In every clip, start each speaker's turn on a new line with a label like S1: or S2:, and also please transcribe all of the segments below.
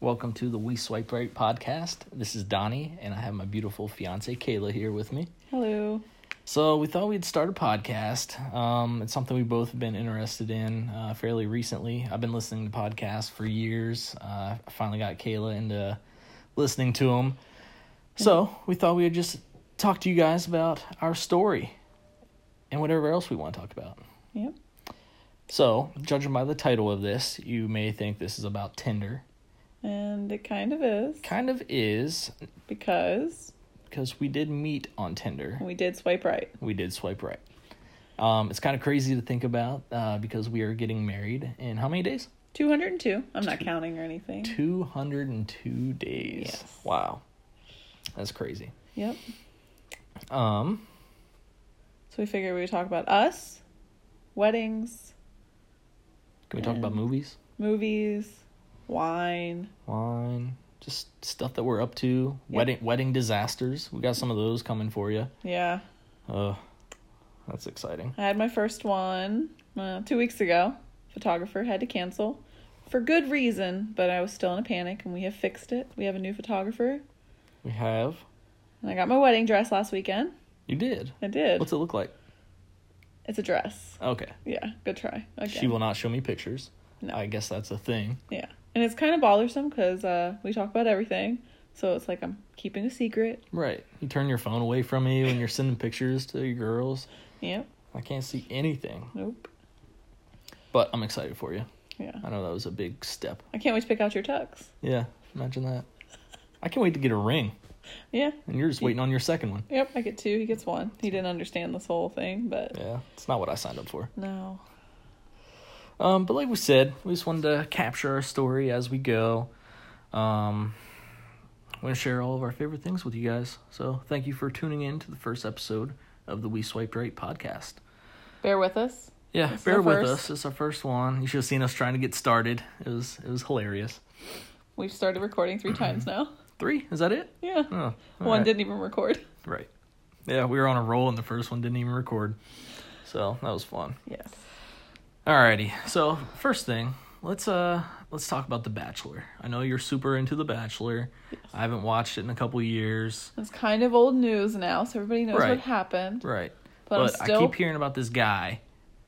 S1: Welcome to the We Swipe Right podcast. This is Donnie, and I have my beautiful fiance Kayla here with me.
S2: Hello.
S1: So we thought we'd start a podcast. Um, it's something we both have been interested in uh, fairly recently. I've been listening to podcasts for years. Uh, I finally got Kayla into listening to them. So we thought we would just talk to you guys about our story and whatever else we want to talk about.
S2: Yep.
S1: So, judging by the title of this, you may think this is about Tinder.
S2: And it kind of is
S1: Kind of is,
S2: because
S1: because we did meet on Tinder.
S2: we did swipe right.
S1: We did swipe right. Um, it's kind of crazy to think about uh, because we are getting married in how many days?
S2: 202. I'm not counting or anything.
S1: 202 days.
S2: Hmm. Yes.
S1: Wow. That's crazy.
S2: Yep.
S1: Um,
S2: So we figured we would talk about us, weddings,
S1: can we talk about
S2: And-
S1: movies?
S2: movies, wine.
S1: Wine, just stuff that we're up to.
S2: Yeah.
S1: Wedding wedding disasters. We got some of those coming for you.
S2: Yeah.
S1: Uh, that's exciting.
S2: I had my first one uh, two weeks ago. Photographer had to cancel for good reason, but I was still in a panic and we have fixed it. We have a new photographer.
S1: We have.
S2: And I got my wedding dress last weekend.
S1: You did.
S2: I did.
S1: What's it look like?
S2: It's a dress.
S1: Okay.
S2: Yeah, good try. Okay.
S1: She will not show me pictures.
S2: No.
S1: I guess that's a thing.
S2: Yeah. And it's kind of bothersome because uh, we talk about everything. So it's like I'm keeping a secret.
S1: Right. You turn your phone away from me when you're sending pictures to your girls.
S2: Yep.
S1: I can't see anything,
S2: Nope.
S1: but I'm excited for you.
S2: Yeah.
S1: I know that was a big step.
S2: I can't wait to pick out your tux.
S1: Yeah, imagine that. I can't wait to get a ring,
S2: Yeah.
S1: and you're just waiting on your second one.
S2: Yep. I get two. He gets one. He didn't understand this whole thing, but
S1: Yeah, it's not what I signed up for.
S2: no.
S1: Um, but like we said, we just wanted to capture our story as we go. Um, want to share all of our favorite things with you guys. So thank you for tuning in to the first episode of the We Swiped Right podcast.
S2: Bear with us.
S1: Yeah,
S2: It's
S1: bear
S2: our
S1: with
S2: first.
S1: us. It's our first one. You should have seen us trying to get started. It was it was hilarious.
S2: We've started recording three times now.
S1: Three? Is that it?
S2: Yeah.
S1: Oh, all
S2: One
S1: right.
S2: didn't even record.
S1: Right. Yeah, we were on a roll and the first one didn't even record. So that was fun.
S2: Yes.
S1: Alrighty. So first thing, let's uh let's talk about The Bachelor. I know you're super into The Bachelor. I haven't watched it in a couple years.
S2: It's kind of old news now, so everybody knows
S1: Right.
S2: what happened.
S1: Right.
S2: But I'm
S1: But, I
S2: still-
S1: keep hearing about this guy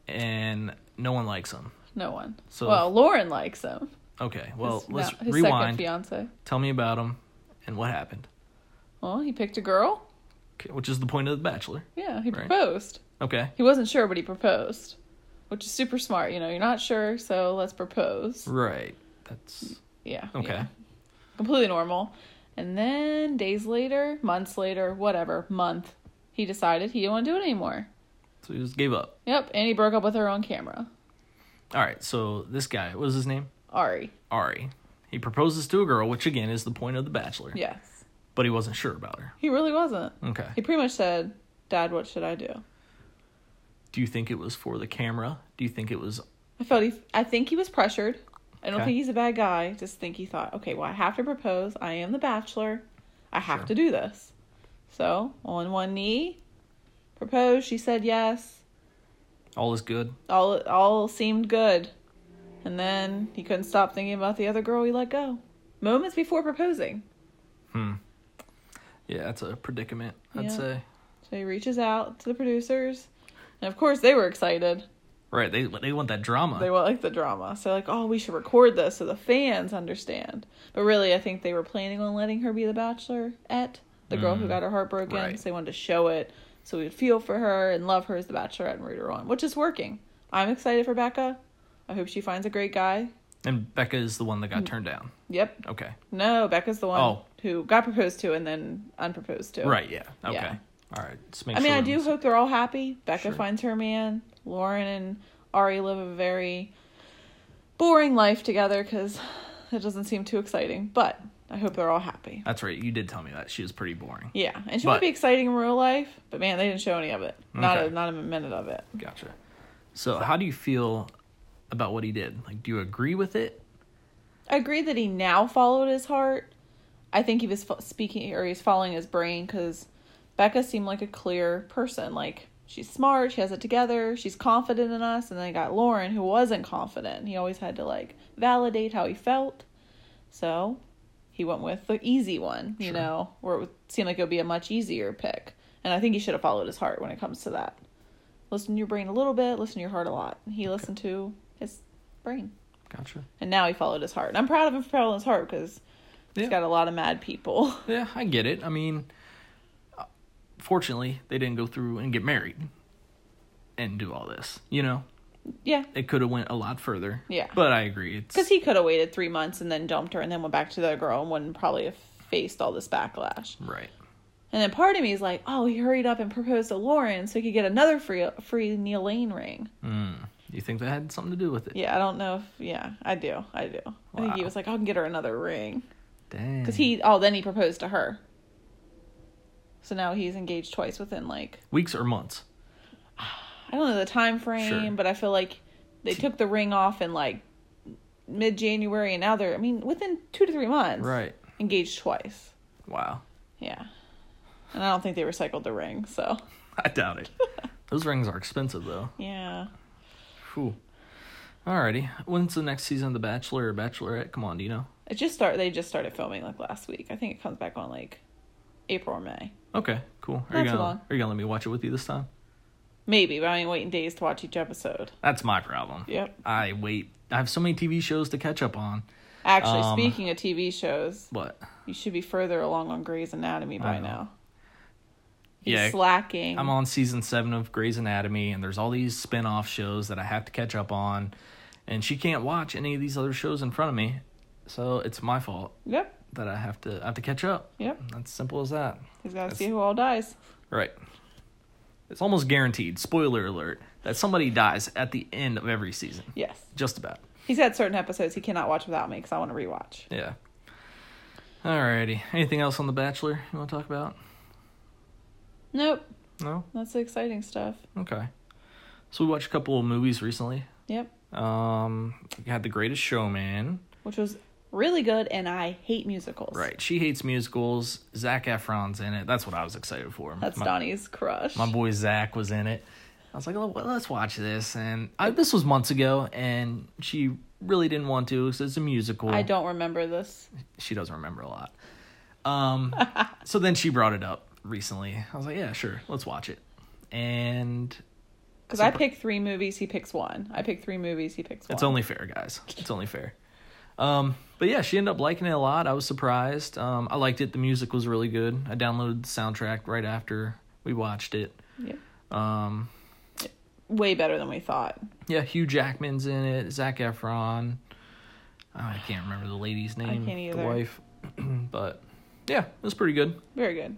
S1: and no one likes him.
S2: No one.
S1: So-
S2: well, Lauren likes him.
S1: Okay, well
S2: his,
S1: let's
S2: his second
S1: rewind.
S2: fiance.
S1: Tell me about him and what happened.
S2: Well, he picked a girl.
S1: Okay, Which is the point of The Bachelor.
S2: Yeah, he
S1: Right.
S2: proposed.
S1: Okay.
S2: He wasn't sure, but he proposed, which is super smart. You know, you're not sure, so let's propose.
S1: Right. That's
S2: Yeah.
S1: okay.
S2: yeah. Completely normal. And then days later, months later, whatever, month, he decided he didn't want to do it anymore.
S1: So he just gave up.
S2: Yep. And he broke up with her on camera.
S1: All right. So this guy, what is his name?
S2: Ari.
S1: Ari. He proposes to a girl, which again is the point of The Bachelor.
S2: Yes.
S1: But he wasn't sure about her.
S2: He really wasn't.
S1: Okay.
S2: He pretty much said, Dad, what should I do?
S1: Do you think it was for the camera? Do you think it was
S2: I felt he, I think he was pressured. I don't
S1: Okay.
S2: think he's a bad guy. Just think he thought, okay, well, I have to propose. I am the bachelor. I have
S1: Sure.
S2: to do this. So on one knee, proposed. She said yes.
S1: all is good?
S2: All all seemed good, and then he couldn't stop thinking about the other girl he let go. Moments before proposing,
S1: Yeah, that's a predicament, I'd
S2: Yeah.
S1: say.
S2: so he reaches out to the producers, and of course they were excited.
S1: Right. They they want that drama.
S2: They want like the drama. So like, oh, we should record this so the fans understand. But really, I think they were planning on letting her be the Bachelorette, the girl who got her heart broken.
S1: Mm. right.
S2: So they wanted to show it so we would feel for her and love her as the Bachelorette and root her on, which is working. I'm excited for Becca. I hope she finds a great guy.
S1: and Becca is the one that
S2: Mm.
S1: got turned down.
S2: Yep.
S1: Okay.
S2: No, Becca's the one
S1: Oh.
S2: who got proposed to and then unproposed to.
S1: Right. Yeah. Okay.
S2: Yeah.
S1: All right. Let's make
S2: I mean,
S1: sure
S2: I
S1: that
S2: do
S1: it's-
S2: hope they're all happy. Becca
S1: Sure.
S2: finds her man. Lauren and Ari live a very boring life together because it doesn't seem too exciting. But I hope they're all happy.
S1: That's right. You did tell me that she was pretty boring.
S2: Yeah, and she
S1: But-
S2: might be exciting in real life, but man, they didn't show any of it. Not a,
S1: Okay.
S2: not a minute of it.
S1: Gotcha. So how do you feel about what he did? Like, do you agree with it?
S2: I agree that he now followed his heart. I think he was fo- speaking or he's following his brain because Becca seemed like a clear person. Like she's smart, she has it together, she's confident in us. And then I got Lauren, who wasn't confident. He always had to like validate how he felt. So he went with the easy one, you
S1: Sure.
S2: know, where it would seem like it would be a much easier pick. And I think he should have followed his heart when it comes to that. Listen to your brain a little bit, listen to your heart a lot. He listened to his brain.
S1: Gotcha.
S2: And now he followed his heart. And I'm proud of him for following his heart because he's
S1: Yeah.
S2: got a lot of mad people.
S1: Yeah, I get it. I mean, uh, fortunately, they didn't go through and get married and do all this. You know,
S2: yeah.
S1: it could have went a lot further.
S2: Yeah.
S1: But I agree. It's
S2: Because he could have waited three months and then dumped her and then went back to the girl and wouldn't probably have faced all this backlash.
S1: right.
S2: And then part of me is like, oh, he hurried up and proposed to Lauren so he could get another free free Neil Lane ring.
S1: Mm. You think that had something to do with it?
S2: Yeah, I don't know if yeah, I do, I do. I think he
S1: Wow.
S2: was like, I can get her another ring
S1: Dang.
S2: because he oh then he proposed to her. So now he's engaged twice within like
S1: weeks or months.
S2: I don't know the time frame,
S1: Sure.
S2: but I feel like they took the ring off in like mid January and now they're I mean within two to three months
S1: Right.
S2: engaged twice.
S1: Wow.
S2: Yeah, and I don't think they recycled the ring. So
S1: I doubt it. Those rings are expensive though.
S2: yeah,
S1: Whew. Alrighty. When's the next season of The Bachelor or Bachelorette? Come on, do you know?
S2: it just start they just started filming like last week. I think it comes back on like April or May.
S1: Okay, cool. Are
S2: Not
S1: you
S2: too
S1: gonna
S2: long.
S1: are you gonna let me watch it with you this time?
S2: Maybe, but I ain't waiting days to watch each episode.
S1: That's my problem.
S2: Yep.
S1: I wait. I have so many TV shows to catch up on.
S2: Actually,
S1: Um,
S2: speaking of TV shows,
S1: What?
S2: you should be further along on Grey's Anatomy by
S1: know.
S2: now. He's
S1: Yeah.
S2: slacking.
S1: I'm on season seven of Grey's Anatomy, and there's all these spin off shows that I have to catch up on, and she can't watch any of these other shows in front of me, so it's my fault
S2: Yep.
S1: that I have to I have to catch up.
S2: Yep.
S1: That's simple as that.
S2: He's got to
S1: That's-
S2: see who all dies.
S1: Right. It's almost guaranteed. Spoiler alert that somebody dies at the end of every season.
S2: Yes.
S1: Just about.
S2: He's had certain episodes he cannot watch without me because I want to rewatch.
S1: Yeah. Alrighty. Anything else on The Bachelor you want to talk about?
S2: Nope.
S1: No.
S2: That's the exciting stuff.
S1: Okay. So we watched a couple of movies recently.
S2: Yep.
S1: Um, we had The Greatest Showman.
S2: Which was really good, and I hate musicals.
S1: Right. She hates musicals. Zach Efron's in it. That's what I was excited for.
S2: That's
S1: my,
S2: Donnie's crush.
S1: My boy Zach was in it. I was like, oh, well, let's watch this. And I, this was months ago, and she really didn't want to because it's a musical.
S2: I don't remember this.
S1: She doesn't remember a lot. Um, so then she brought it up recently. I was like, yeah, sure, let's watch it. And
S2: Because I pick three movies, he picks one. I pick three movies, he picks one.
S1: It's only fair, guys. It's only fair. Um, but yeah, she ended up liking it a lot. I was surprised. Um, I liked it. The music was really good. I downloaded the soundtrack right after we watched it.
S2: Yep.
S1: Um,
S2: Way better than we thought.
S1: yeah, Hugh Jackman's in it. Zach Efron. Oh, I can't remember the lady's name.
S2: can't
S1: The
S2: either.
S1: wife. but yeah, it was pretty good.
S2: Very good.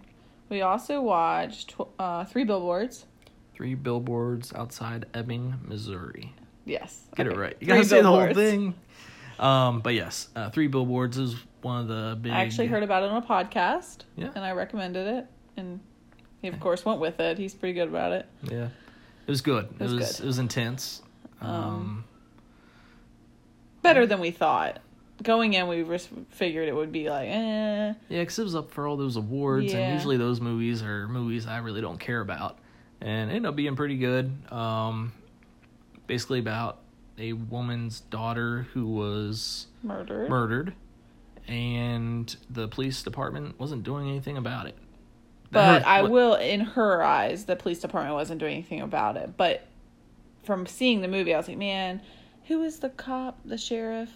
S2: We also watched tw- uh, Three Billboards.
S1: Three billboards outside Ebbing, Missouri.
S2: Yes.
S1: Get it
S2: okay.
S1: right. You
S2: Three
S1: gotta say the whole
S2: Billboards.
S1: thing. Um, but yes, uh, three billboards is one of the big.
S2: I actually heard about it on a podcast.
S1: Yeah.
S2: And I recommended it, and he of course went with it. He's pretty good about it.
S1: Yeah, it was good. It was
S2: was
S1: it was,
S2: good.
S1: intense. Um,
S2: Better than we thought. Going in, we just figured it would be like, eh.
S1: yeah, because it was up for all those awards,
S2: Yeah.
S1: and usually those movies are movies I really don't care about, and it ended up being pretty good. Um, basically about a woman's daughter who was
S2: Murder.
S1: murdered, and the police department wasn't doing anything about it.
S2: but
S1: Her-
S2: I
S1: what-
S2: will, in her eyes, the police department wasn't doing anything about it. But from seeing the movie, I was like, man, who is the cop, the sheriff?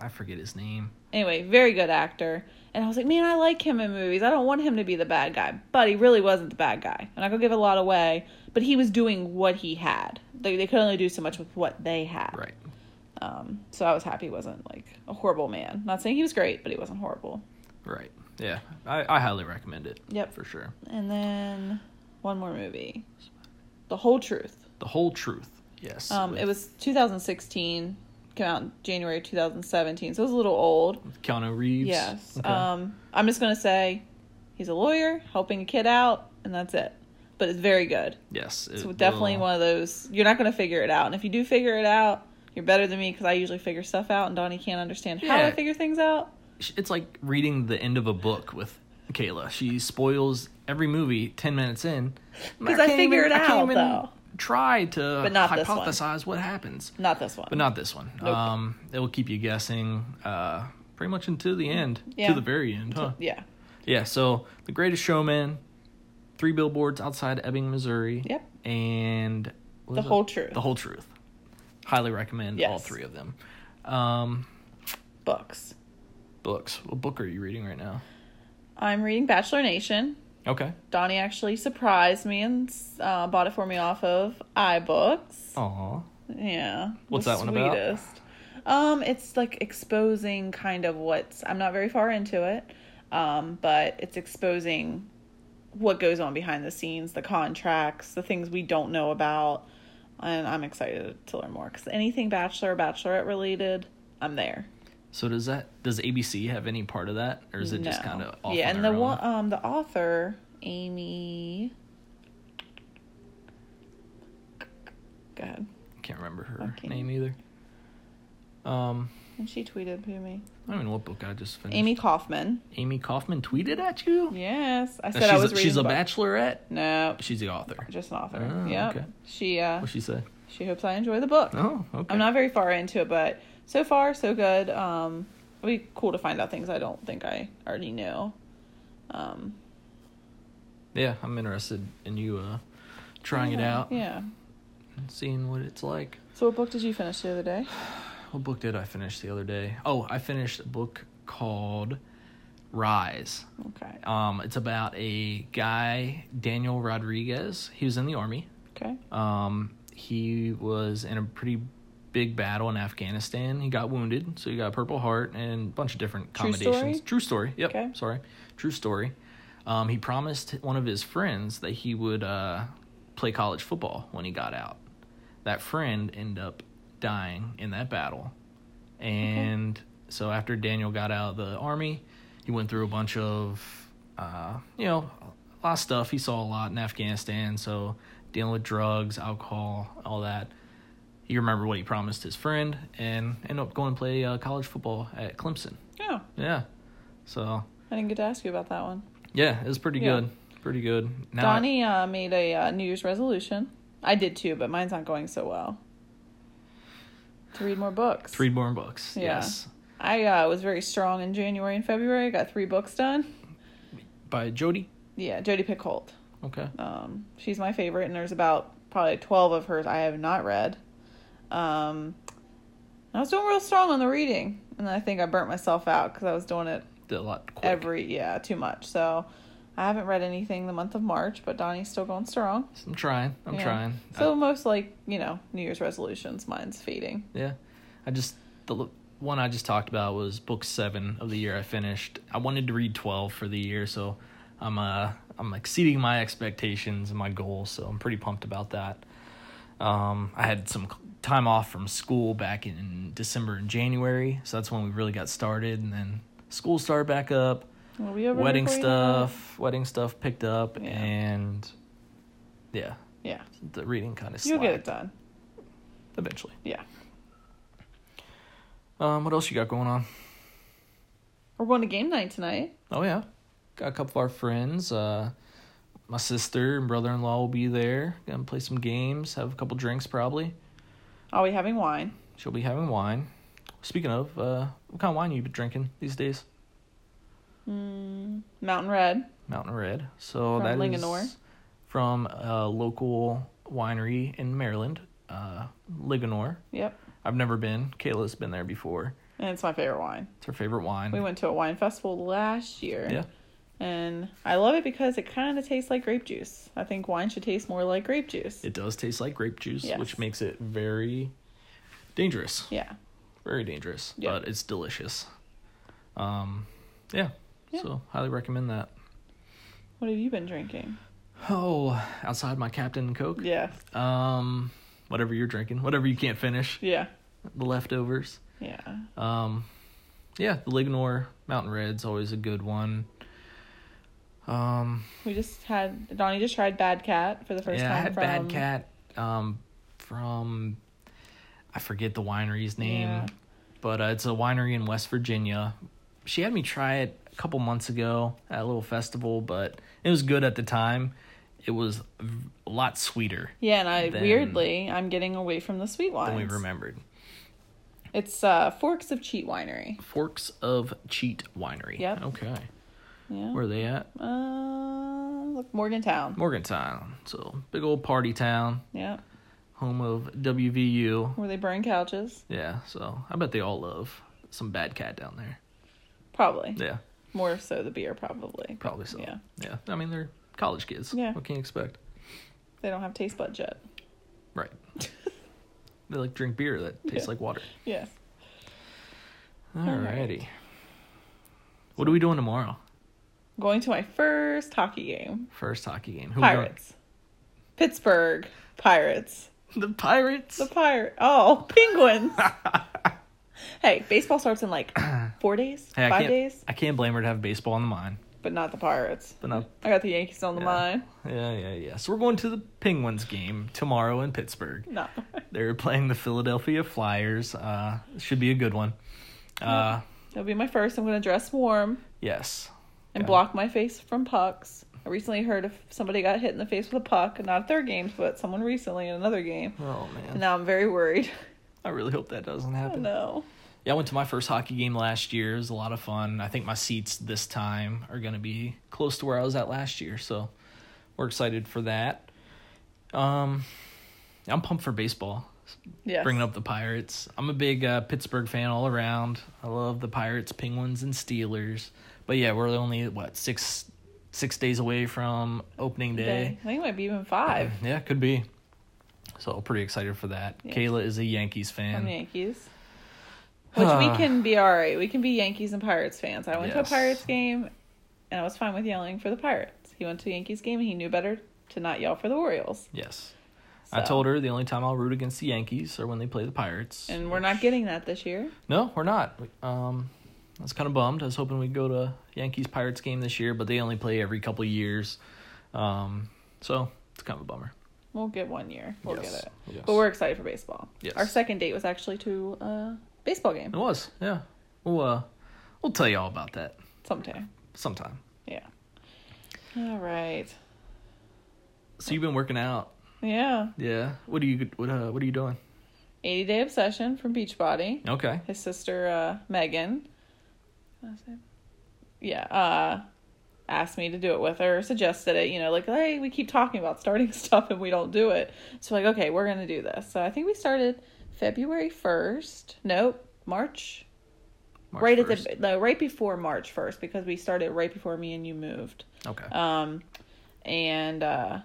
S1: I forget his name.
S2: Anyway, very good actor. And I was like, man, I like him in movies. I don't want him to be the bad guy. But he really wasn't the bad guy. And I could give a lot away. But he was doing what he had. They, they could only do so much with what they had.
S1: Right.
S2: Um, so I was happy he wasn't like a horrible man. Not saying he was great, but he wasn't horrible.
S1: Right. Yeah. I, I highly recommend it.
S2: Yep.
S1: For sure.
S2: And then one more movie, The Whole Truth.
S1: The whole truth. Yes.
S2: Um,
S1: with
S2: it was 2016, came out in January 2017, so it was a little old.
S1: Keanu Reeves.
S2: Yes.
S1: Okay.
S2: Um, I'm just gonna say, he's a lawyer helping a kid out, and that's it. But it's very good.
S1: Yes.
S2: It's
S1: it
S2: definitely
S1: will-
S2: one of those you're not gonna figure it out, and if you do figure it out, you're better than me because I usually figure stuff out, and Donnie can't understand how I
S1: Yeah.
S2: figure things out.
S1: It's like reading the end of a book with Kayla. She spoils every movie ten minutes in.
S2: 'Cause I
S1: can't
S2: figure
S1: even-
S2: it
S1: can't
S2: out,
S1: even
S2: though.
S1: try to
S2: But not this one.
S1: hypothesize what happens.
S2: Not this one.
S1: But not this one.
S2: Nope.
S1: Um, it will keep you guessing uh, pretty much until the end,
S2: Yeah.
S1: to the very end, huh?
S2: yeah.
S1: Yeah, so The Greatest Showman, three billboards outside Ebbing, Missouri.
S2: Yep.
S1: And what
S2: The
S1: is it?
S2: Whole Truth.
S1: The Whole Truth. Highly recommend all
S2: Yes.
S1: three of them. Um,
S2: Books.
S1: books. What book are you reading right now?
S2: I'm reading Bachelor Nation.
S1: Okay.
S2: Donnie actually surprised me and uh, bought it for me off of iBooks.
S1: Aw.
S2: Yeah.
S1: What's
S2: the
S1: that one about?
S2: sweetest. Um, it's like exposing kind of what's I'm not very far into it. Um, but it's exposing what goes on behind the scenes, the contracts, the things we don't know about, and I'm excited to learn more because anything bachelor, bachelorette related, I'm there.
S1: So does that does ABC have any part of that, or is it just
S2: No.
S1: kind of off
S2: yeah?
S1: on
S2: and
S1: their
S2: the
S1: own?
S2: one, um, the author Amy. Go ahead.
S1: Can't remember her
S2: Okay.
S1: name either. Um,
S2: And she tweeted to me.
S1: I don't even know what book I just finished.
S2: Amy Kaufman.
S1: Amy Kaufman tweeted at you.
S2: Yes, I
S1: Now
S2: said I
S1: she's
S2: was
S1: a,
S2: reading.
S1: she's a
S2: bu-
S1: bachelorette.
S2: No,
S1: She's the author.
S2: just an author.
S1: Oh,
S2: yeah,
S1: okay.
S2: she uh,
S1: What she said?
S2: she hopes I enjoy the book.
S1: Oh, okay.
S2: I'm not very far into it, but so far so good. Um, it'll be cool to find out things I don't think I already knew. Um,
S1: Yeah, I'm interested in you uh, trying it
S2: yeah,
S1: out
S2: Yeah.
S1: and seeing what it's like.
S2: So what book did you finish the other day?
S1: What book did I finish the other day? Oh, I finished a book called Rise.
S2: Okay.
S1: Um, it's about a guy, Daniel Rodriguez. He was in the army.
S2: Okay.
S1: Um, he was in a pretty big battle in Afghanistan. He got wounded, so he got a Purple Heart and a bunch of different
S2: True
S1: accommodations.
S2: story?
S1: True story. Yep.
S2: Okay.
S1: Sorry. True story. Um, he promised one of his friends that he would uh, play college football when he got out. That friend ended up dying in that battle. And so after Daniel got out of the army, he went through a bunch of, uh, you know, a lot of stuff. He saw a lot in Afghanistan. So dealing with drugs, alcohol, all that. He remembered what he promised his friend and ended up going to play uh, college football at Clemson.
S2: Oh,
S1: Yeah. So,
S2: I didn't get to ask you about that one.
S1: yeah, it was pretty
S2: Yeah.
S1: good. Pretty good. Now I-
S2: Donnie uh, made a uh, New Year's resolution. I did too, but mine's not going so well. To read more books.
S1: three born books.
S2: Yeah.
S1: Yes.
S2: I uh, was very strong in January and February. I got three books done.
S1: By Jody.
S2: Yeah, Jodi Pickholt.
S1: Okay.
S2: Um, she's my favorite, and there's about probably 12 of hers I have not read. Um, I was doing real strong on the reading, and I think I burnt myself out because I was doing it
S1: Did a lot quick.
S2: every, yeah, too much. So I haven't read anything the month of March, but Donnie's still going strong.
S1: I'm trying. I'm
S2: Yeah.
S1: trying.
S2: So most like, you know, New Year's resolutions, mine's fading.
S1: Yeah, I just the l- one I just talked about was book seven of the year I finished. I wanted to read twelve for the year, so I'm uh I'm exceeding my expectations and my goals, so I'm pretty pumped about that. Um, I had some c- time off from school back in December and January, so that's when we really got started, and then school started back up,
S2: It'll be over
S1: wedding
S2: before you know it.
S1: stuff, wedding stuff picked up,
S2: Yeah.
S1: and yeah,
S2: Yeah,
S1: the reading kind of
S2: you'll get it
S1: slacked
S2: done.
S1: eventually.
S2: Yeah.
S1: Um, what else you got going on?
S2: We're going to game night tonight.
S1: Oh yeah, got a couple of our friends. Uh, my sister and brother in law will be there. Gonna play some games, have a couple drinks probably.
S2: Are we having wine?
S1: She'll be having wine. Speaking of, uh, what kind of wine you been drinking these days?
S2: Mm, Mountain Red.
S1: Mountain Red. So
S2: From
S1: that is
S2: Linganore?
S1: from a local winery in Maryland, uh, Ligonor.
S2: Yep.
S1: I've never been. Kayla's been there before.
S2: And it's my favorite wine.
S1: It's her favorite wine.
S2: We went to a wine festival last year.
S1: Mm. Yeah.
S2: And I love it because it kind of tastes like grape juice. I think wine should taste more like grape juice.
S1: It does taste like grape juice,
S2: Yes.
S1: which makes it very dangerous.
S2: yeah.
S1: very dangerous,
S2: Yeah.
S1: but it's delicious. Um, yeah.
S2: Yeah.
S1: So highly recommend that.
S2: What have you been drinking?
S1: Oh, outside my Captain and Coke.
S2: Yeah.
S1: Um, whatever you're drinking, whatever you can't finish,
S2: Yeah.
S1: the leftovers.
S2: Yeah.
S1: Um, yeah, the Lignor Mountain Red's always a good one. Um,
S2: We just had Donnie just tried Bad Cat for the first
S1: yeah, I
S2: time
S1: had
S2: from
S1: Bad Cat. Um, from I forget the winery's name,
S2: Yeah.
S1: but uh, it's a winery in West Virginia. She had me try it a couple months ago at a little festival, but it was good at the time. it was v- a lot sweeter
S2: Yeah, and I
S1: Then-
S2: weirdly I'm getting away from the sweet wines.
S1: than we remembered.
S2: It's uh, Forks of Cheat Winery.
S1: Forks of Cheat Winery.
S2: Yep.
S1: Okay.
S2: Yeah.
S1: Where are they at?
S2: Uh, look, Morgantown.
S1: Morgantown. So big old party town,
S2: Yeah,
S1: home of WVU.
S2: where they burn couches.
S1: Yeah. So I bet they all love some bad cat down there.
S2: Probably
S1: Yeah.
S2: more so the beer. Probably.
S1: Probably so.
S2: Yeah.
S1: Yeah. I mean, they're college kids.
S2: Yeah.
S1: What can you expect?
S2: They don't have taste buds yet.
S1: Right. they like drink beer that tastes
S2: Yeah.
S1: like water.
S2: Yes. right.
S1: Alrighty. What are we doing tomorrow?
S2: Going to my first hockey game.
S1: First hockey game. Who we going-
S2: Pirates. Pittsburgh Pirates.
S1: The Pirates.
S2: The pirate. Oh, Penguins. hey, baseball starts in like four days,
S1: Hey, I
S2: five
S1: can't-
S2: days,
S1: I can't blame her to have baseball on the mind,
S2: but not the Pirates.
S1: but not
S2: I got the Yankees on the
S1: Yeah.
S2: mind.
S1: Yeah, yeah, yeah. So we're going to the Penguins game tomorrow in Pittsburgh.
S2: No.
S1: They're playing the Philadelphia Flyers. Uh, should be a good one. Uh,
S2: That'll be my first. I'm going to dress warm
S1: yes.
S2: and
S1: Yeah.
S2: block my face from pucks. I recently heard if somebody got hit in the face with a puck, not at their games, but someone recently in another game.
S1: Oh
S2: And
S1: man,
S2: now I'm very worried.
S1: I really hope that doesn't
S2: Oh
S1: happen.
S2: no.
S1: Yeah, I went to my first hockey game last year. It was a lot of fun. I think my seats this time are going to be close to where I was at last year, so we're excited for that. Um, I'm pumped for baseball.
S2: Yes.
S1: bringing up the Pirates. I'm a big uh, Pittsburgh fan all around. I love the Pirates, Penguins, and Steelers. But yeah, we're only what six six days away from opening
S2: Okay.
S1: day.
S2: I think it might be even five.
S1: Yeah, could be. So pretty excited for that.
S2: Yeah.
S1: Kayla is a Yankees
S2: I'm
S1: fan.
S2: Yankees. Which we can be all right. We can be Yankees and Pirates fans. I went to a
S1: Yes.
S2: Pirates game, and I was fine with yelling for the Pirates. He went to a Yankees game, and he knew better to not yell for the Orioles.
S1: Yes, I
S2: So-
S1: told her the only time I'll root against the Yankees are when they play the Pirates.
S2: And we're not getting that this year.
S1: No, we're not. Um, I was kind of bummed. I was hoping we'd go to Yankees Pirates game this year, but they only play every couple years. Um, so it's kind of a bummer.
S2: We'll get one year. We'll
S1: Yes.
S2: get it.
S1: Yes.
S2: But we're excited for baseball.
S1: Yes.
S2: Our second date was actually to a baseball game
S1: It was, yeah. We'll uh, we'll tell you all about that
S2: sometime.
S1: sometime.
S2: Yeah. All right.
S1: So you've been working out,
S2: Yeah.
S1: yeah? What are you what uh, what are you doing?
S2: 80 Day Obsession from Beachbody.
S1: Okay,
S2: His sister, uh, Megan. Last name? Yeah. Uh, asked me to do it with her, suggested it, you know, like, hey, we keep talking about starting stuff and we don't do it. So, like, okay, we're going to do this. So, I think we started February 1st. Nope. March
S1: March
S2: right
S1: 1st.
S2: at the no, right before March first because we started right before me and you moved.
S1: okay.
S2: Um, and uh,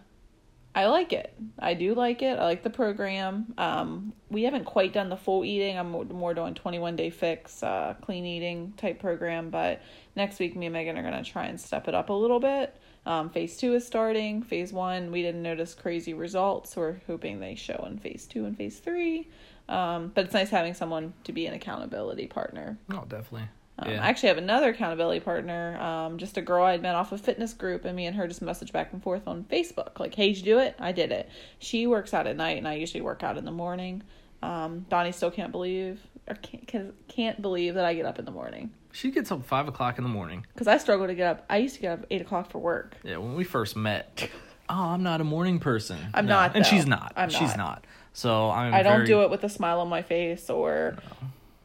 S2: I like it. I do like it. I like the program. Um, we haven't quite done the full eating. I'm mo- more doing 21 day fix, uh, clean eating type program. But next week, me and Megan are gonna try and step it up a little bit. Um, phase two is starting. Phase one, we didn't notice crazy results. So we're hoping they show in phase two and phase three. Um, but it's nice having someone to be an accountability partner
S1: oh, definitely.
S2: um,
S1: yeah.
S2: I actually have another accountability partner, um, just a girl I'd met off a fitness group, and me and her just message back and forth on Facebook, like, "Hey, did you do it? I did it." She works out at night, and I usually work out in the morning. Um, Donnie still can't believe, or can't, can- can't believe that I get up in the morning
S1: she gets up five o'clock in the morning.
S2: because I struggle to get up. I used to get up eight o'clock for work.
S1: Yeah, when we first met. Oh, I'm not a morning person.
S2: I'm not,
S1: and
S2: though.
S1: she's not.
S2: I'm
S1: she's
S2: not.
S1: not. So I'm.
S2: I don't
S1: very-
S2: do it with a smile on my face or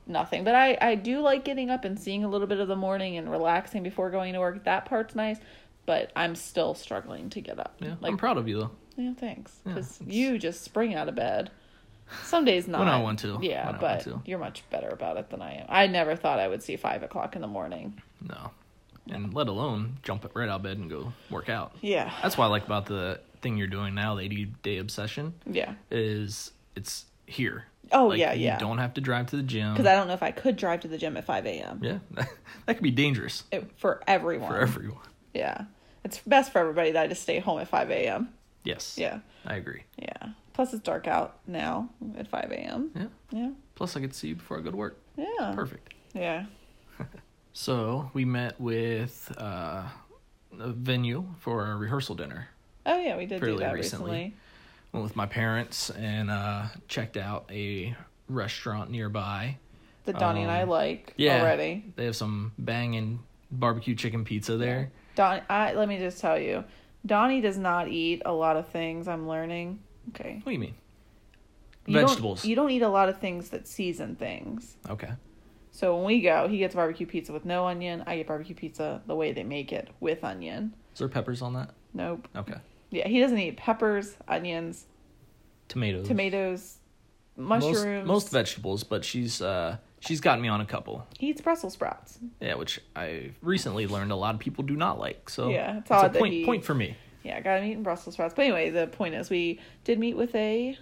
S2: nothing. But I, I do like getting up and seeing a little bit of the morning and relaxing before going to work. That part's nice, but I'm still struggling to get up.
S1: Yeah,
S2: Like
S1: I'm proud of you though.
S2: Yeah, thanks.
S1: Yeah,
S2: Because
S1: it's-
S2: you just spring out of bed. Some days not.
S1: When I want to.
S2: Yeah,
S1: When I
S2: but
S1: want to.
S2: you're much better about it than I am. I never thought I would see five o'clock in the morning.
S1: No, and let alone jump right out of bed and go work out.
S2: Yeah.
S1: That's what I like about the thing you're doing now, the 80 day obsession.
S2: Yeah.
S1: is it's here.
S2: Oh, yeah, yeah.
S1: You don't have to drive to the gym.
S2: Because I don't know if I could drive to the gym at 5 a.m.
S1: Um, yeah, that could be dangerous
S2: It- for everyone.
S1: for everyone.
S2: Yeah. It's best for everybody that I just stay home at 5 a.m.
S1: Yes.
S2: Yeah.
S1: I agree.
S2: Yeah. Plus, it's dark out now at 5 a.m.
S1: Yeah.
S2: Yeah.
S1: Plus, I could see you before I go to work.
S2: Yeah.
S1: Perfect.
S2: Yeah.
S1: So we met with uh, a venue for a rehearsal dinner.
S2: Oh, yeah, we did
S1: Fairly
S2: do that
S1: recently.
S2: recently.
S1: Went with my parents and uh, checked out a restaurant nearby.
S2: That Donnie and I
S1: Um,
S2: like
S1: yeah.
S2: already.
S1: They have some banging barbecue chicken pizza there.
S2: Don, I let me just tell you, Donnie does not eat a lot of things, I'm learning. Okay.
S1: What do you mean?
S2: You don't-
S1: Vegetables.
S2: you don't eat a lot of things that season things.
S1: Okay.
S2: So when we go, he gets barbecue pizza with no onion. I get barbecue pizza the way they make it with onion.
S1: Is there peppers on that?
S2: Nope.
S1: Okay.
S2: Yeah, he doesn't eat peppers, onions,
S1: Tomatoes.
S2: tomatoes,
S1: Most-
S2: mushrooms.
S1: Most, vegetables, but she's uh she's gotten me on a couple.
S2: he eats Brussels sprouts.
S1: Yeah, which I recently learned a lot of people do not like. So
S2: Yeah, it's
S1: that's
S2: odd
S1: a
S2: that
S1: point
S2: he-
S1: point for me.
S2: Yeah, I got him eating Brussels sprouts. But anyway, the point is we did meet with a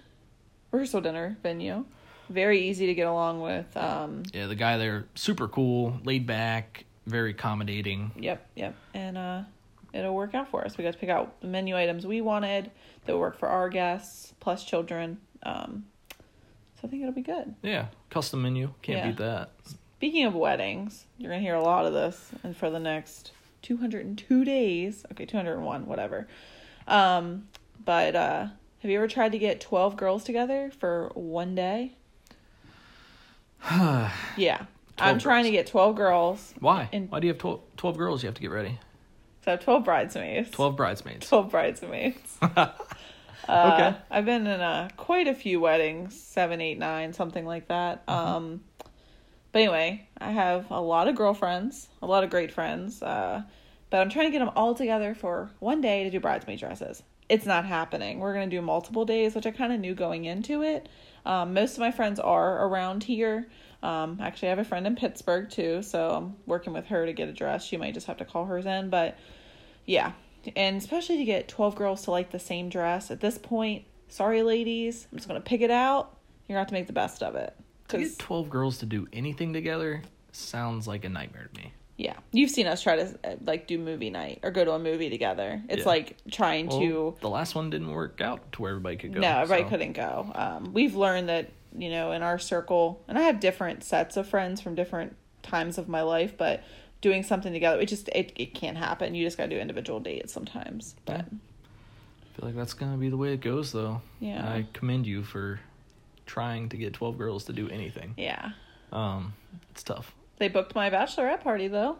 S2: rehearsal dinner venue. Very easy to get along with. Um,
S1: Yeah, the guy there super cool, laid back, very accommodating.
S2: yep, yep. And uh, it'll work out for us. We got to pick out the menu items we wanted that work for our guests plus children. Um, so I think it'll be good.
S1: Yeah, custom menu. Can't
S2: Yeah.
S1: beat that.
S2: Speaking of weddings, you're going to hear a lot of this and for the next 202 days. Okay, 201, whatever. Um, but uh, have you ever tried to get 12 girls together for one day? yeah.
S1: 12
S2: I'm trying to get 12 girls.
S1: Why?
S2: And-
S1: Why do you have 12, 12 girls you have to get ready?
S2: So I have 12 bridesmaids.
S1: 12 bridesmaids.
S2: 12 bridesmaids. Uh,
S1: Okay.
S2: I've been in uh, quite a few weddings, seven, eight, nine, something like that. Um, but anyway, I have a lot of girlfriends, a lot of great friends, uh, but I'm trying to get them all together for one day to do bridesmaid dresses. It's not happening. We're going to do multiple days, which I kind of knew going into it. Um, most of my friends are around here. Um, actually, I have a friend in Pittsburgh too, so I'm working with her to get a dress. She might just have to call hers in, but yeah. And especially to get 12 girls to like the same dress at this point. Sorry, ladies. I'm just going to pick it out. You're going to have to make the best of it.
S1: To
S2: Because,
S1: get 12 girls to do anything together sounds like a nightmare to me.
S2: yeah, you've seen us try to uh, like do movie night or go to a movie together. It's
S1: Yeah.
S2: like trying
S1: Well,
S2: to.
S1: the last one didn't work out to where everybody could go.
S2: no, everybody
S1: so-
S2: couldn't go. Um, we've learned that, you know, in our circle, and I have different sets of friends from different times of my life, but doing something together, it just, it, it can't happen. You just got to do individual dates sometimes. But
S1: I feel like that's gonna be the way it goes, though.
S2: Yeah.
S1: I commend you for trying to get twelve girls to do anything.
S2: yeah.
S1: Um, it's tough.
S2: They booked my bachelorette party though.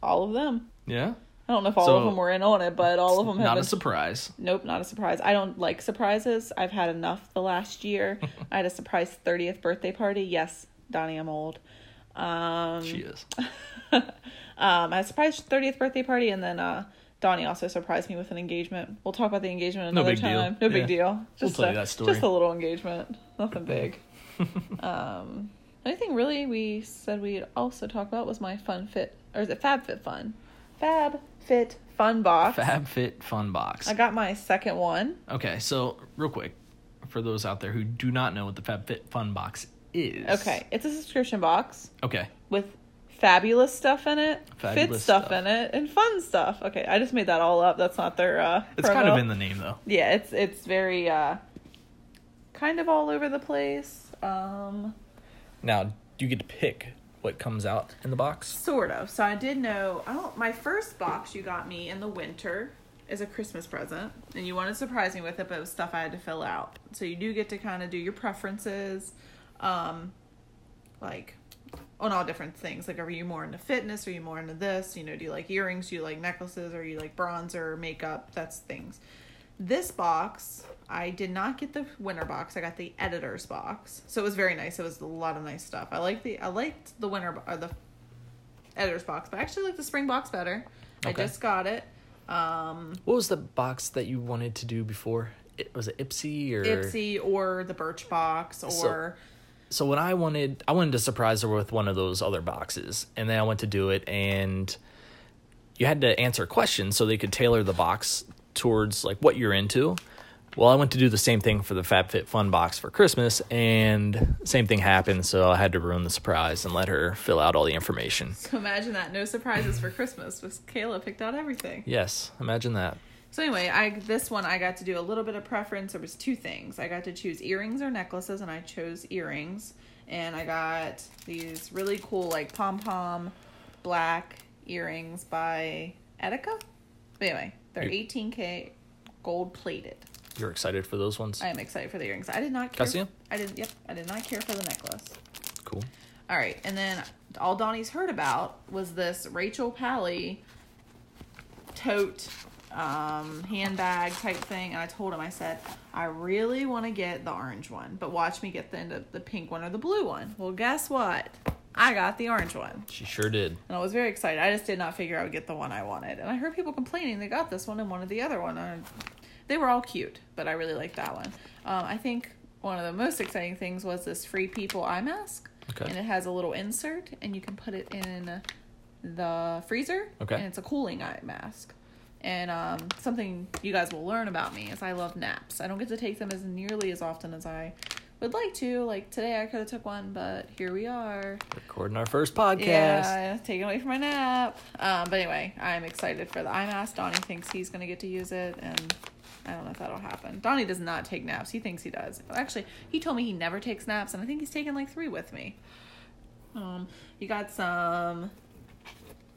S2: All of them.
S1: Yeah.
S2: I don't know if all of
S1: So-
S2: them were in on it, but all of them have
S1: Not
S2: been.
S1: a surprise.
S2: nope, not a surprise. I don't like surprises. I've had enough the last year. I had a surprise 30th birthday party. Yes, Donnie, I'm old. Mm.
S1: she is.
S2: Um, I had a surprise 30th birthday party, and then uh, Donnie also surprised me with an engagement. We'll talk about the engagement
S1: No
S2: another
S1: big deal.
S2: time. No
S1: Yeah.
S2: big deal.
S1: We'll
S2: Just
S1: tell
S2: a,
S1: you that story.
S2: Just a little engagement. Nothing big. um, anything really we said we'd also talk about was my fun fit, or is it Fab Fit Fun? Fab Fit Fun box.
S1: FabFit Fun Box.
S2: I got my second one.
S1: Okay, so real quick, for those out there who do not know what the FabFit Fun Box is.
S2: Okay, it's a subscription box
S1: Okay.
S2: with fabulous stuff in it, fit
S1: Fabulous
S2: stuff,
S1: stuff.
S2: in it, and fun stuff. Okay, I just made that all up. That's not their. Uh,
S1: It's kind of
S2: promo.
S1: in the name though.
S2: yeah it's it's very uh kind of all over the place um
S1: Now you get to pick what comes out in the box.
S2: sort of so i did know i don't my first box you got me in the winter is a christmas present and you wanted to surprise me with it but it was stuff i had to fill out so you do get to kind of do your preferences um like on all different things like are you more into fitness are you more into this you know do you like earrings do you like necklaces are you like bronzer makeup that's things this box i did not get the winter box i got the editor's box so it was very nice it was a lot of nice stuff i like the i liked the winter bo- or the editor's box but i actually like the spring box better i
S1: Okay.
S2: just got it
S1: What was the box that you wanted to do before? It was it Ipsy or
S2: ipsy or the birch box or
S1: So- so what I wanted, I wanted to surprise her with one of those other boxes, and then I went to do it, and you had to answer questions so they could tailor the box towards like what you're into. Well, I went to do the same thing for the FabFitFun box for Christmas, and same thing happened. So I had to ruin the surprise and let her fill out all the information.
S2: so imagine that no surprises for christmas was kayla picked out everything
S1: Yes, imagine that.
S2: So anyway, I this one I got to do a little bit of preference. There was two things. I got to choose earrings or necklaces, and I chose earrings. And I got these really cool like pom pom black earrings by Etika. But anyway, they're
S1: You-
S2: 18k gold plated.
S1: You're excited for those ones?
S2: I am excited for the earrings. I did not care.
S1: see 'em?
S2: I didn't. Yep, I did not care for the necklace.
S1: Cool.
S2: All right, and then all Donnie's heard about was this Rachel Pally tote um, handbag type thing. And I told him, I said, I really want to get the orange one, but watch me get the end of the pink one or the blue one. Well, guess what? I got the orange one.
S1: She sure did.
S2: And I was very excited. I just did not figure I would get the one I wanted. And I heard people complaining they got this one and wanted the other one. And they were all cute, but I really liked that one. Um, I think one of the most exciting things was this Free People eye mask.
S1: Okay.
S2: And it has a little insert, and you can put it in the freezer.
S1: Okay.
S2: And it's a cooling eye mask. And um, something you guys will learn about me is I love naps. I don't get to take them as nearly as often as I would like to. Like today, I could have took one, but here we are.
S1: Recording our first podcast.
S2: Yeah, taking away from my nap. Um, but anyway, I'm excited for the eye mask. Donnie thinks he's gonna get to use it, and I don't know if that'll happen. Donnie does not take naps. He thinks he does. But actually, he told me he never takes naps, and I think he's taken like three with me. Um, you got some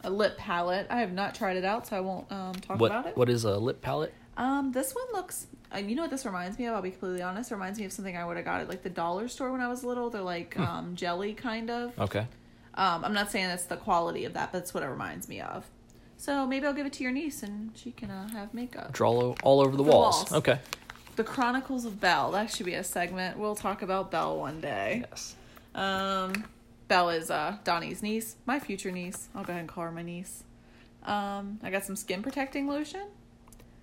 S2: a lip palette. I have not tried it out, so I won't um talk about it.
S1: What what is a lip palette?
S2: Um, this one looks. uh, You know what this reminds me of? I'll be completely honest. It reminds me of something I would have got at like the dollar store when I was little. They're like
S1: Hmm.
S2: um jelly kind of.
S1: Okay.
S2: Um, I'm not saying it's the quality of that, but it's what it reminds me of. So maybe I'll give it to your niece and she can uh, have makeup.
S1: Draw all, all over the,
S2: The
S1: walls.
S2: walls.
S1: Okay.
S2: The Chronicles of Belle. That should be a segment. We'll talk about Belle one day.
S1: Yes.
S2: Um, Belle is uh, Donnie's niece, my future niece. I'll go ahead and call her my niece. Um, I got some skin protecting lotion.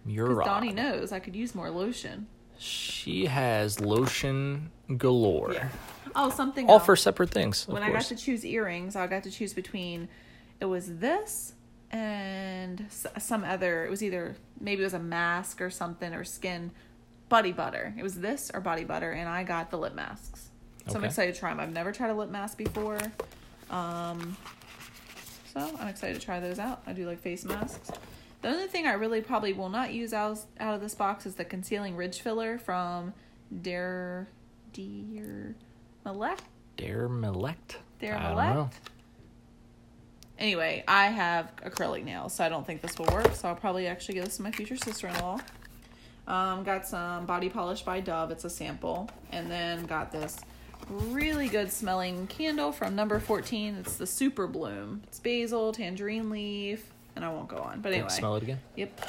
S1: You're
S2: Because
S1: right.
S2: Donnie knows I could use more lotion.
S1: She has lotion galore.
S2: Oh, something
S1: All
S2: else.
S1: for separate things. Of
S2: when I got
S1: course.
S2: to choose earrings, I got to choose between it was this and s- some other. It was either maybe it was a mask or something or skin body butter. It was this or body butter, and I got the lip masks. So I'm
S1: Okay.
S2: excited to try them. I've never tried a lip mask before, um, so I'm excited to try those out. I do like face masks. The only thing I really probably will not use out out of this box is the concealing ridge filler from Dare Dear Malek.
S1: Dare Melect.
S2: They're
S1: I don't know.
S2: elect. Anyway, I have acrylic nails, so I don't think this will work. So I'll probably actually give this to my future sister-in-law. Um, got some body polish by Dove. It's a sample, and then got this really good smelling candle from Number Fourteen. It's the Super Bloom. It's basil, tangerine leaf, and I won't go on. But
S1: Can you
S2: anyway,
S1: Smell it again.
S2: yep.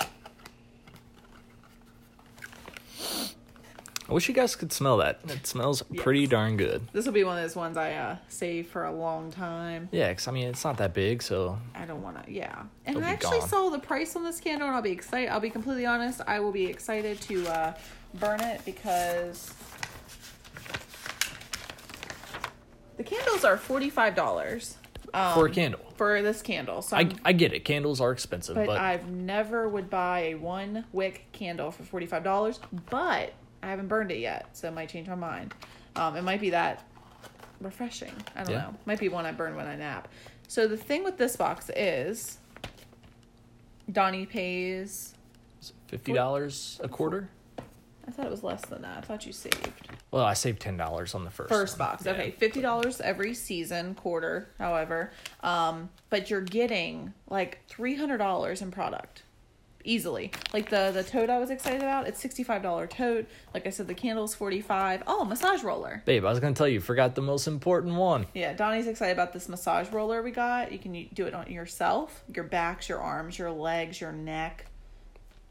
S1: I wish you guys could smell that. It smells pretty darn good.
S2: This will be one of those ones I uh, save for a long time.
S1: Yeah, 'cause I mean it's not that big, so
S2: I don't want to. Yeah, and
S1: It'll
S2: I
S1: be
S2: actually
S1: gone.
S2: saw the price on this candle, and I'll be excited. I'll be completely honest. I will be excited to uh, burn it because the candles are forty five dollars
S1: for
S2: Um,
S1: a candle.
S2: for this candle. So,
S1: I,
S2: I'm-
S1: I get it. Candles are expensive,
S2: um, but
S1: but,
S2: I've never would buy a one wick candle for forty five dollars. But I haven't burned it yet, so it might change my mind. Um, it might be that refreshing. I don't
S1: Yeah.
S2: know. Might be one I burn when I nap. So the thing with this box is Donnie pays
S1: fifty dollars a quarter.
S2: I thought it was less than that. I thought you saved.
S1: Well, I saved ten dollars on the first.
S2: First
S1: one.
S2: box.
S1: Yeah.
S2: Okay. Fifty dollars every season, quarter, however. Um, but you're getting like three hundred dollars in product. Easily. Like the the tote I was excited about, it's sixty five dollar tote. Like I said, the candle's forty five. Oh, massage roller.
S1: Babe, I was gonna tell you, forgot the most important one.
S2: Yeah, Donnie's excited about this massage roller we got. You can u- do it on yourself, your backs, your arms, your legs, your neck,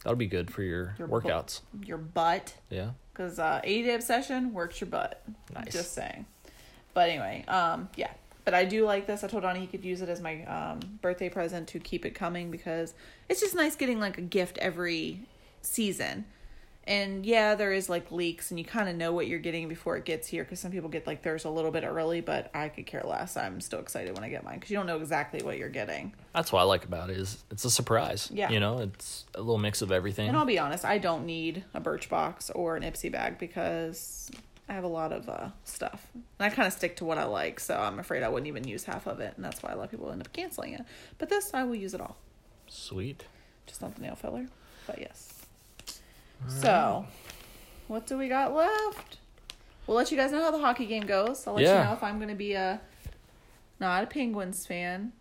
S1: That'll be good for your,
S2: Your bu-
S1: workouts.
S2: your butt.
S1: yeah.
S2: Because uh, 80 Day Obsession works your butt.
S1: Nice.
S2: Just saying. But anyway, um, yeah. But I do like this. I told Donnie he could use it as my um, birthday present to keep it coming because it's just nice getting like a gift every season. And yeah, there is like leaks, and you kind of know what you're getting before it gets here because some people get like theirs a little bit early, but I could care less. I'm still excited when I get mine because you don't know exactly what you're getting.
S1: That's what I like about it is it's a surprise.
S2: Yeah.
S1: You know, it's a little mix of everything.
S2: And I'll be honest, I don't need a Birchbox or an Ipsy bag because I have a lot of uh, stuff. And I kind of stick to what I like, so I'm afraid I wouldn't even use half of it. And that's why a lot of people end up canceling it. But this, I will use it all.
S1: Sweet.
S2: Just not the nail filler. But yes. So, what do we got left? We'll let you guys know how the hockey game goes. I'll let
S1: Yeah.
S2: you know if I'm going to be a not a Penguins fan.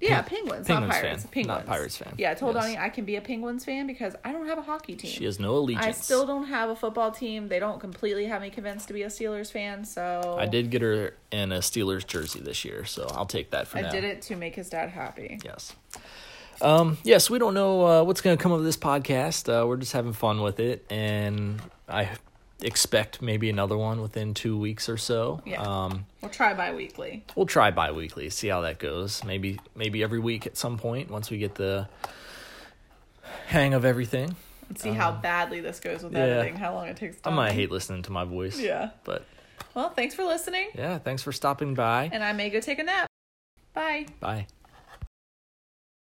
S2: Yeah,
S1: Peng-
S2: Penguins,
S1: Penguins
S2: not Pirates.
S1: fan, not
S2: Penguins.
S1: Pirates fan.
S2: Yeah, I told
S1: Yes.
S2: Donnie I can be a Penguins fan because I don't have a hockey team.
S1: She has no allegiance.
S2: I still don't have a football team. They don't completely have me convinced to be a Steelers fan, so
S1: I did get her in a Steelers jersey this year, so I'll take that for
S2: I
S1: now.
S2: did it to make his dad happy.
S1: Yes. Um, yes, we don't know uh, what's going to come of this podcast. Uh, we're just having fun with it, and I expect maybe another one within two weeks or so.
S2: Yeah.
S1: Um,
S2: We'll try bi weekly.
S1: we'll try bi-weekly see how that goes maybe maybe every week at some point once we get the hang of everything
S2: and see how badly this goes with
S1: Uh-huh. yeah.
S2: editing, how long it takes.
S1: i
S2: Done.
S1: might hate listening to my voice
S2: Um, Yeah.
S1: but
S2: Well, thanks for listening,
S1: yeah thanks for stopping by
S2: and I may go take a nap. Bye.
S1: bye